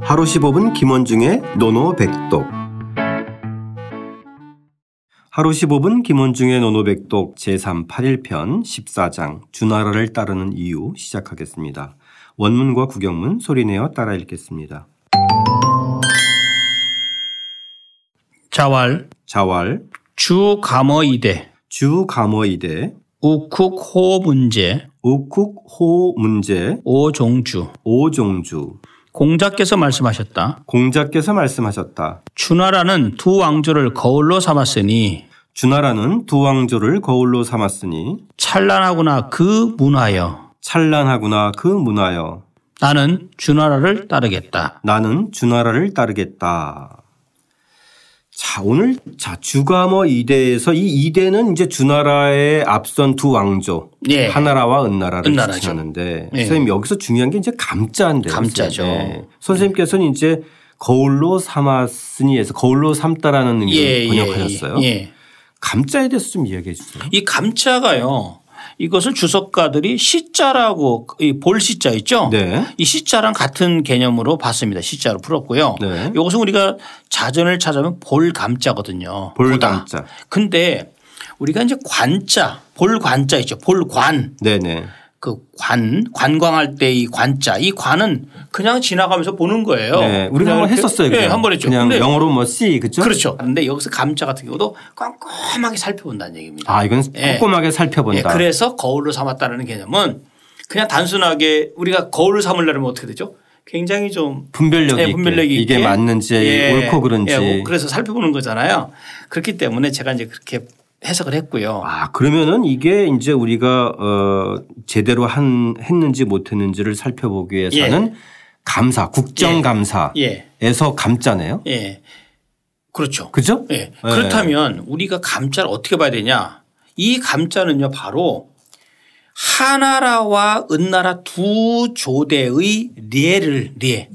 하루 15분 김원중의 노노백독 하루 15분 김원중의 노노백독 제381편 14장 주나라를 따르는 이유 시작하겠습니다. 원문과 구경문 소리내어 따라 읽겠습니다. 자왈 자왈 주 감어이대 주감어이대 우쿡 호 문제 우쿡호 문제 오종주 오종주 공자께서 말씀하셨다. 공자께서 말씀하셨다. 주나라는 두 왕조를 거울로 삼았으니 주나라는 두 왕조를 거울로 삼았으니 찬란하구나 그 문하여 찬란하구나 그 문하여 나는 주나라를 따르겠다. 나는 주나라를 따르겠다. 자, 오늘 자 주가머 이대에서 이 이대는 이제 주나라의 앞선 두 왕조 예. 하나라와 은나라를 은나라죠. 지칭하는데 예. 선생님 여기서 중요한 게 이제 감자인데요. 감자죠. 예. 선생님께서는 이제 거울로 삼았으니에서 거울로 삼다라는 의미로 번역하셨어요. 예, 예. 감자에 대해서 좀 이야기해 주세요. 이 감자가요. 이것을 주석가들이 시자라고 이 볼시자 있죠. 네. 이 시자랑 같은 개념으로 봤습니다. 시자로 풀었고요. 네. 이것은 우리가 자전을 찾아보면 볼감자거든요. 볼 보다. 감자. 근데 우리가 이제 관자, 볼관자 있죠. 볼관. 네네. 그 관, 관광할 때 이 관자. 이 관은 그냥 지나가면서 보는 거예요. 네, 우리가 한번 어, 그냥 했었어요. 이렇게. 그냥. 네, 한번 했죠. 그냥 근데 영어로 뭐 C 그죠? 그렇죠. 근데 여기서 감자 같은 경우도 꼼꼼하게 살펴본다는 얘기입니다. 아 이건 예. 꼼꼼하게 살펴본다. 예, 그래서 거울로 삼았다는 개념은 그냥 단순하게 우리가 거울로 삼으려면 어떻게 되죠? 굉장히 좀 분별력이, 예, 분별력이 있게. 이게 있게. 맞는지 예, 옳고 그른지. 예, 뭐 그래서 살펴보는 거잖아요. 그렇기 때문에 제가 이제 그렇게 해석을 했고요. 아 그러면은 이게 이제 우리가 어 제대로 한 했는지 못했는지를 살펴보기 위해서는 감사 국정감사에서 예, 감자네요. 예, 그렇죠. 그죠? 예. 그렇다면 우리가 감자를 어떻게 봐야 되냐? 이 감자는요 바로 하나라와 은나라 두 조대의 리에를 리에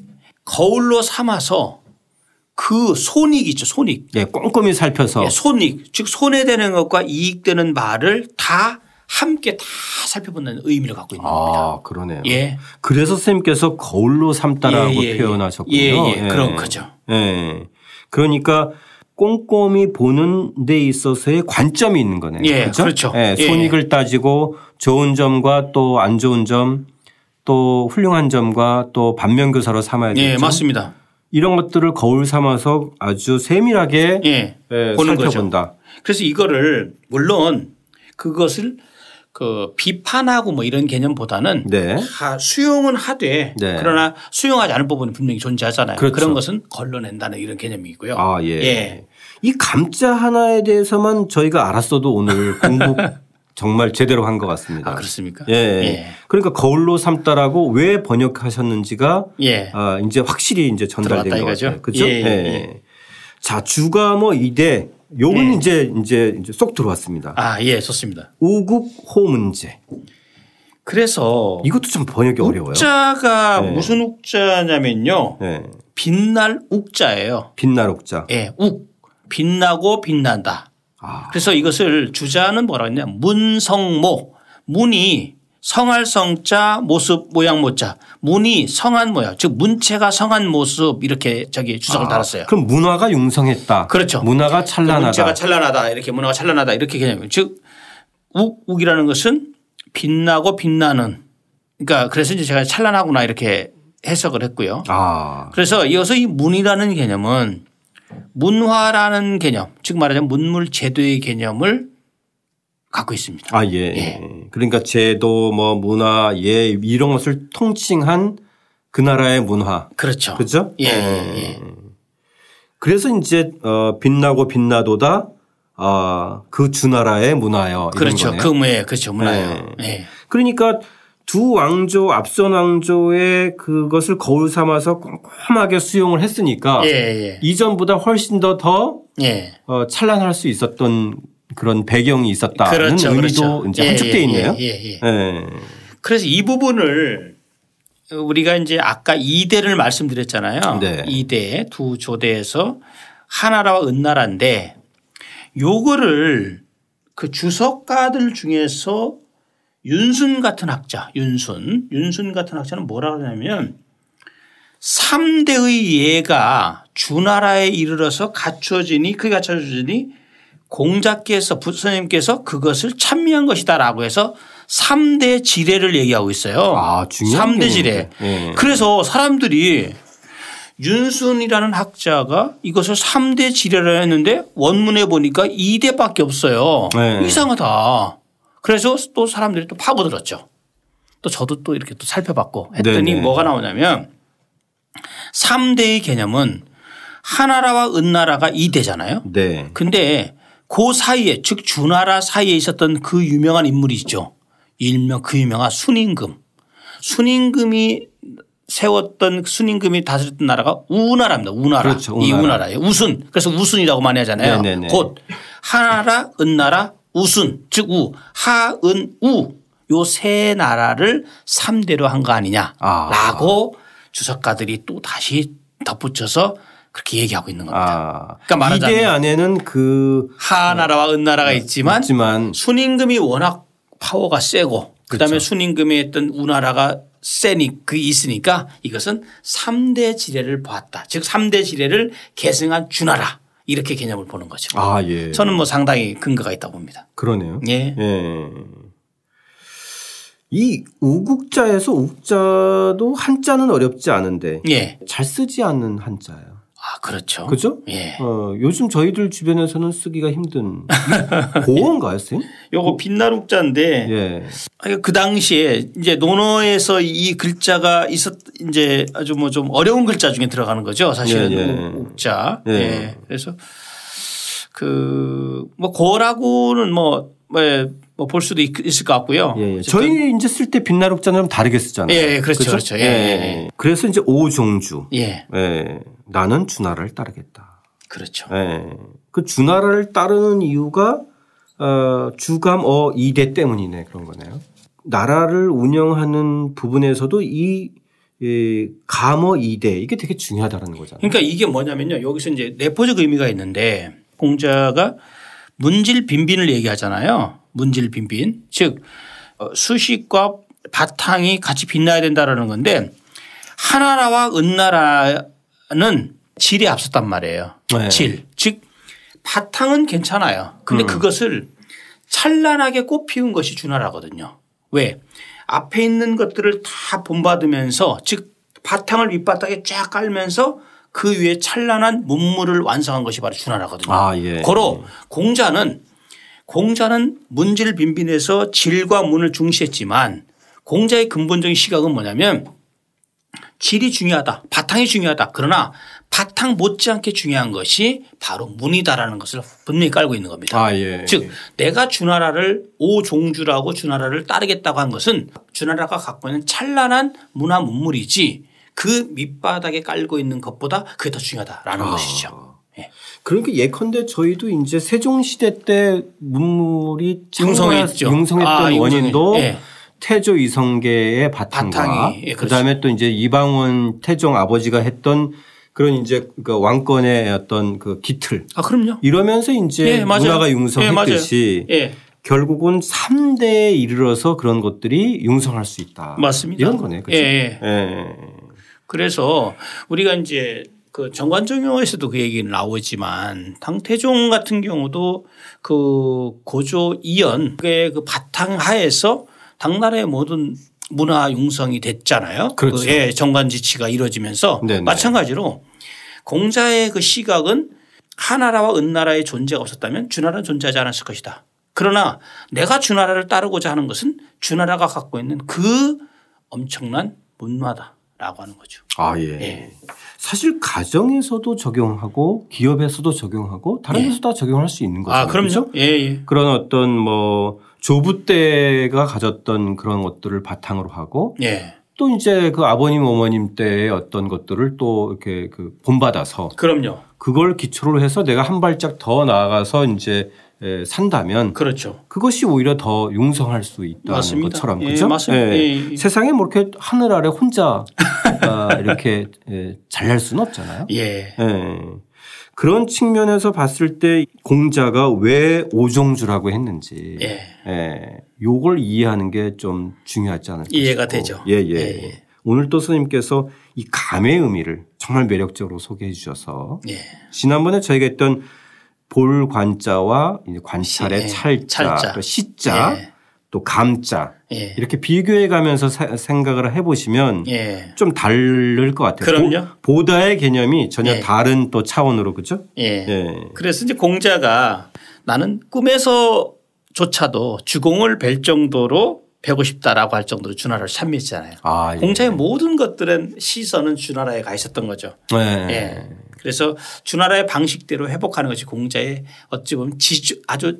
거울로 삼아서 그 손익 있죠 손익 예, 꼼꼼히 살펴서 예, 손익 즉 손해되는 것과 이익되는 말을 다 함께 다 살펴본다는 의미를 갖고 있는 겁니다. 아 그러네요. 예. 그래서 선생님께서 거울로 삼다라고 예, 예, 예. 표현하셨군요. 예, 예. 그런 거죠. 예. 그러니까 꼼꼼히 보는 데 있어서의 관점이 있는 거네요. 예, 그죠? 그렇죠. 예, 예. 손익을 따지고 좋은 점과 또 안 좋은 점, 또 훌륭한 점과 또 반면교사로 삼아야 되죠. 예, 맞습니다. 이런 것들을 거울 삼아서 아주 세밀하게 예. 예, 보는 거죠. 살펴본다. 그래서 이거를 물론 그것을 그 비판하고 뭐 이런 개념보다는 네. 하- 수용은 하되 네. 그러나 수용하지 않을 부분이 분명히 존재하잖아요. 그렇죠. 그런 것은 걸러낸다는 이런 개념이고요. 아, 예. 예. 이 감자 하나에 대해서만 저희가 알았어도 오늘 공부 정말 제대로 한 것 같습니다. 아, 그렇습니까? 예. 그러니까 거울로 삼다라고 왜 번역하셨는지가 예. 예. 아, 이제 확실히 이제 전달된 들어갔다 것 이거죠? 같아요. 그죠? 예, 예, 자, 주가 뭐 이대 요건 예. 이제 이제 이제 쏙 들어왔습니다. 아, 예, 좋습니다. 우국호 문제. 그래서 이것도 참 번역이 어려워요. 욱자가 네. 무슨 욱자냐면요. 예. 빛날 욱자예요. 빛나록자. 예, 욱. 빛나고 빛난다. 아, 그래서 이것을 주자는 뭐라 했냐. 문성모. 문이 성할 성자 모습 모양 모자. 문이 성한 모양. 즉 문체가 성한 모습 이렇게 저기 주석을 아, 달았어요. 그럼 문화가 융성했다. 그렇죠. 문화가 그러니까 찬란하다. 문체가 찬란하다. 이렇게 문화가 찬란하다. 이렇게 개념이에요. 즉 욱, 욱이라는 것은 빛나고 빛나는. 그러니까 그래서 이제 제가 찬란하구나 이렇게 해석을 했고요. 아, 그래서 이어서 이 문이라는 개념은 문화라는 개념, 즉 말하자면 문물 제도의 개념을 갖고 있습니다. 아, 예. 그러니까 제도, 뭐, 문화, 예, 이런 것을 통칭한 그 나라의 문화. 그렇죠. 그죠? 예, 음. 예, 예. 그래서 이제, 어, 빛나고 빛나도다, 아, 그 주나라의 문화여. 이런 그렇죠. 거네요. 그 무예, 그렇죠. 문화예요. 예. 그러니까 두 왕조, 앞선 왕조의 그것을 거울 삼아서 꼼꼼하게 수용을 했으니까 예, 예. 이전보다 훨씬 더 더 예. 어, 찬란할 수 있었던 그런 배경이 있었다는 그렇죠. 아, 의미도 그렇죠. 이제 예, 함축되어 예, 있네요. 예, 예, 예. 예. 그래서 이 부분을 우리가 이제 아까 이대를 말씀드렸잖아요. 네. 이대 두 조대에서 하나라와 은나라인데 요거를 그 주석가들 중에서 윤순 같은 학자, 윤순, 윤순 같은 학자는 뭐라 그러냐면 삼대의 예가 주나라에 이르러서 갖추어지니 그게 갖춰지니 공자께서 부처님께서 그것을 찬미한 것이다라고 해서 삼대 지례를 얘기하고 있어요. 아, 중요한 삼대 지례. 개념이네. 예. 그래서 사람들이 윤순이라는 학자가 이것을 삼대 지례라 했는데 원문에 보니까 이대밖에 없어요. 네. 이상하다. 그래서 또 사람들이 또 파고들었죠. 또 저도 또 이렇게 또 살펴봤고 했더니 네네. 뭐가 나오냐면 삼대의 개념은 하나라와 은나라가 이대잖아요 네. 근데 그 사이에 즉 주나라 사이에 있었던 그 유명한 인물이 있죠. 일명 그 유명한 순임금. 순임금이 세웠던 순임금이 다스렸던 나라가 우나라입니다. 우나라. 그렇죠. 이 우나라. 우나라예요. 우순. 그래서 우순이라고 많이 하잖아요. 네네네. 곧 하나라, 은나라, 우순 즉 우, 하, 은, 우. 요 세 나라를 삼대로 한 거 아. 아니냐라고 주석가들이 또 다시 덧붙여서 그렇게 얘기하고 있는 겁니다. 아. 그러니까 말하자면 이대 안에는 그 하나라와 은나라가 네. 있지만 하지만 순임금이 워낙 파워가 세고 그다음에 순임금이 했던 우나라가 세니 그 있으니까 이것은 삼대 지뢰를 보았다. 즉삼대 지뢰를 계승한 주나라 이렇게 개념을 보는 거죠. 아 예. 저는 뭐 상당히 근거가 있다고 봅니다. 그러네요. 예. 예. 이 우국자에서 욱자도 한자는 어렵지 않은데 예. 잘 쓰지 않는 한자예요. 아, 그렇죠. 그죠? 예. 어, 요즘 저희들 주변에서는 쓰기가 힘든 고어인가요, 쌤? 요거 빛나룩자인데 예. 아니, 그 당시에 이제 논어에서 이 글자가 있었 이제 아주 뭐 좀 어려운 글자 중에 들어가는 거죠. 사실은 예, 예. 우- 욱자. 예. 예. 그래서 그 뭐 고라고는 뭐 뭐볼 수도 있- 있을 것 같고요. 예, 예. 어쨌든 저희 이제 쓸 때 빛나룩자는 다르게 쓰잖아요. 예, 예, 그렇죠, 그렇죠. 예, 예, 그래서 이제 오종주. 예. 예. 나는 주나라를 따르겠다. 그렇죠. 예. 그 주나라를 따르는 이유가 어, 주감어 이대 때문이네 그런 거네요. 나라를 운영하는 부분에서도 이 예, 감어 이대 이게 되게 중요하다는 거잖아요. 그러니까 이게 뭐냐면요. 여기서 이제 내포적 의미가 있는데 공자가 문질 빈빈을 얘기하잖아요. 문질 빈빈. 즉 어, 수식과 바탕이 같이 빛나야 된다라는 건데 하나라와 은나라는 질이 앞섰단 말이에요. 네. 질. 즉 바탕은 괜찮아요. 근데 음. 그것을 찬란하게 꽃피운 것이 주나라거든요. 왜? 앞에 있는 것들을 다 본받으면서 즉 바탕을 밑바닥에 쫙 깔면서 그 위에 찬란한 문물을 완성한 것이 바로 주나라거든요. 아, 예. 고로 공자는 공자는 문질 빈빈에서 질과 문을 중시했지만 공자의 근본적인 시각은 뭐냐면 질이 중요하다. 바탕이 중요하다. 그러나 바탕 못지않게 중요한 것이 바로 문이다라는 것을 분명히 깔고 있는 겁니다. 아 예. 즉 내가 주나라를 오종주라고 주나라를 따르겠다고 한 것은 주나라가 갖고 있는 찬란한 문화 문물이지 그 밑바닥에 깔고 있는 것보다 그게 더 중요하다라는 아. 것이죠. 예. 그러니까 예컨대 저희도 이제 세종 시대 때 문물이 융성했죠. 융성했던 아, 융성해. 원인도 예. 태조 이성계의 바탕과 바탕이, 예, 그다음에 또 이제 이방원 태종 아버지가 했던 그런 이제 그 왕권의 어떤 그 기틀 아 그럼요. 이러면서 이제 예, 문화가 맞아요. 예, 맞아요. 융성했듯이 예. 결국은 3대에 이르러서 그런 것들이 융성할 수 있다. 맞습니다. 이런 거네. 그렇죠? 예, 예. 예. 그래서 우리가 이제 그 정관정 영화에서도 그 얘기는 나오지만 당태종 같은 경우도 그 고조 이연의 그 바탕 하에서 당나라의 모든 문화 융성이 됐잖아요. 그렇죠. 그 예, 정관지치가 이루어지면서 네네. 마찬가지로 공자의 그 시각은 하나라와 은나라의 존재가 없었다면 주나라는 존재하지 않았을 것이다. 그러나 내가 주나라를 따르고자 하는 것은 주나라가 갖고 있는 그 엄청난 문화다라고 하는 거죠. 아, 예. 예. 사실 가정에서도 적용하고 기업에서도 적용하고 다른 데서 다 적용할 수 있는 거죠. 예. 아, 그럼요. 예, 예. 그런 어떤 뭐 조부 때가 가졌던 그런 것들을 바탕으로 하고 예. 또 이제 그 아버님 어머님 때의 어떤 것들을 또 이렇게 그 본받아서 그럼요. 그걸 기초로 해서 내가 한 발짝 더 나아가서 이제 에, 산다면 그렇죠. 그것이 오히려 더 융성할 수 있다는 맞습니다. 것처럼 예, 그죠? 맞습니다. 예, 예. 세상에 뭐 이렇게 하늘 아래 혼자 아, 이렇게 예, 잘날 수는 없잖아요. 예. 예. 그런 측면에서 봤을 때 공자가 왜 오종주라고 했는지 예. 예. 요걸 이해하는 게 좀 중요하지 않을까 이해가 싶고. 되죠. 예, 예. 예, 예. 오늘 또 스님께서 이 감의 의미를 정말 매력적으로 소개해 주셔서 예. 지난번에 저희가 했던 볼 관자와 이제 관찰의 시, 예. 찰자, 찰자. 또 시자, 예. 또 감자 예. 이렇게 비교해 가면서 사- 생각을 해보시면 예. 좀 다를 것 같아요. 그럼요. 보- 보다의 개념이 전혀 예. 다른 또 차원으로 그죠? 예. 예. 그래서 이제 공자가 나는 꿈에서조차도 주공을 뵐 정도로 배고 싶다라고 할 정도로 주나라를 찬미했잖아요. 아, 예. 공자의 모든 것들은 시선은 주나라에 가 있었던 거죠. 예. 예. 그래서 주나라의 방식대로 회복하는 것이 공자의 어찌 보면 지주 아주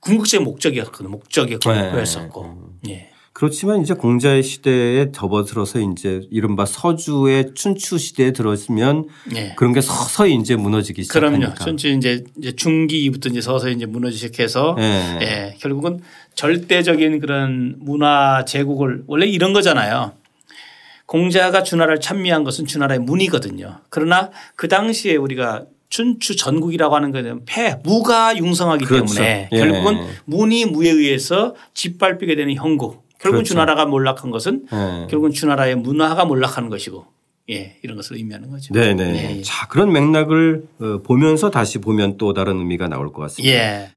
궁극적인 목적이었거든요. 네. 목적이었었고. 예. 그렇지만 이제 공자의 시대에 접어들어서 이제 이른바 서주의 춘추 시대에 들어서면 예. 그런 게 서서히 이제 무너지기 시작하니까. 그럼요. 천천히 이제 이제 중기부터 이제 서서히 이제 무너지기 시작해서 예. 예, 결국은 절대적인 그런 문화 제국을 원래 이런 거잖아요. 공자가 주나라를 찬미한 것은 주나라의 문이거든요. 그러나 그 당시에 우리가 춘추 전국이라고 하는 것은 폐 무가 융성하기 그렇죠. 때문에 예. 결국은 문이 무에 의해서 짓밟히게 되는 형국. 결국은 그렇죠. 주나라가 몰락한 것은 예. 결국은 주나라의 문화가 몰락하는 것이고 예, 이런 것을 의미하는 거죠. 네네. 예, 예. 자 그런 맥락을 어, 보면서 다시 보면 또 다른 의미가 나올 것 같습니다. 예.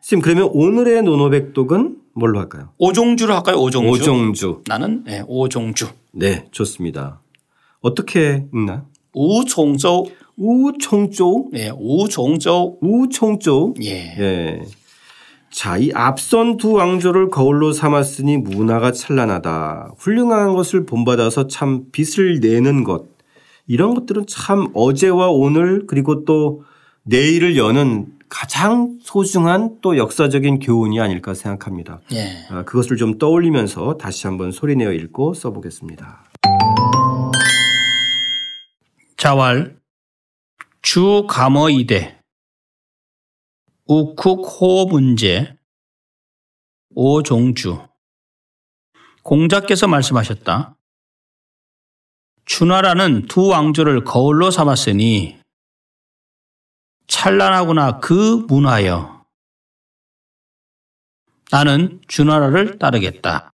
선생님 그러면 오늘의 노노백독은 뭘로 할까요? 오종주로 할까요? 오종주. 오종주. 나는 예, 오종주. 네 좋습니다. 어떻게 읽나? 우종조 우총조 예, 우종조 우총조 예. 예. 자, 이 앞선 두 왕조를 거울로 삼았으니 문화가 찬란하다. 훌륭한 것을 본받아서 참 빛을 내는 것. 이런 것들은 참 어제와 오늘 그리고 또 내일을 여는 가장 소중한 또 역사적인 교훈이 아닐까 생각합니다. 예. 아, 그것을 좀 떠올리면서 다시 한번 소리내어 읽고 써보겠습니다. 자왈 주 감어 이대 우쿡 호 문제 오종주 공자께서 말씀하셨다. 주나라는 두 왕조를 거울로 삼았으니 찬란하구나 그 문화여. 나는 주나라를 따르겠다.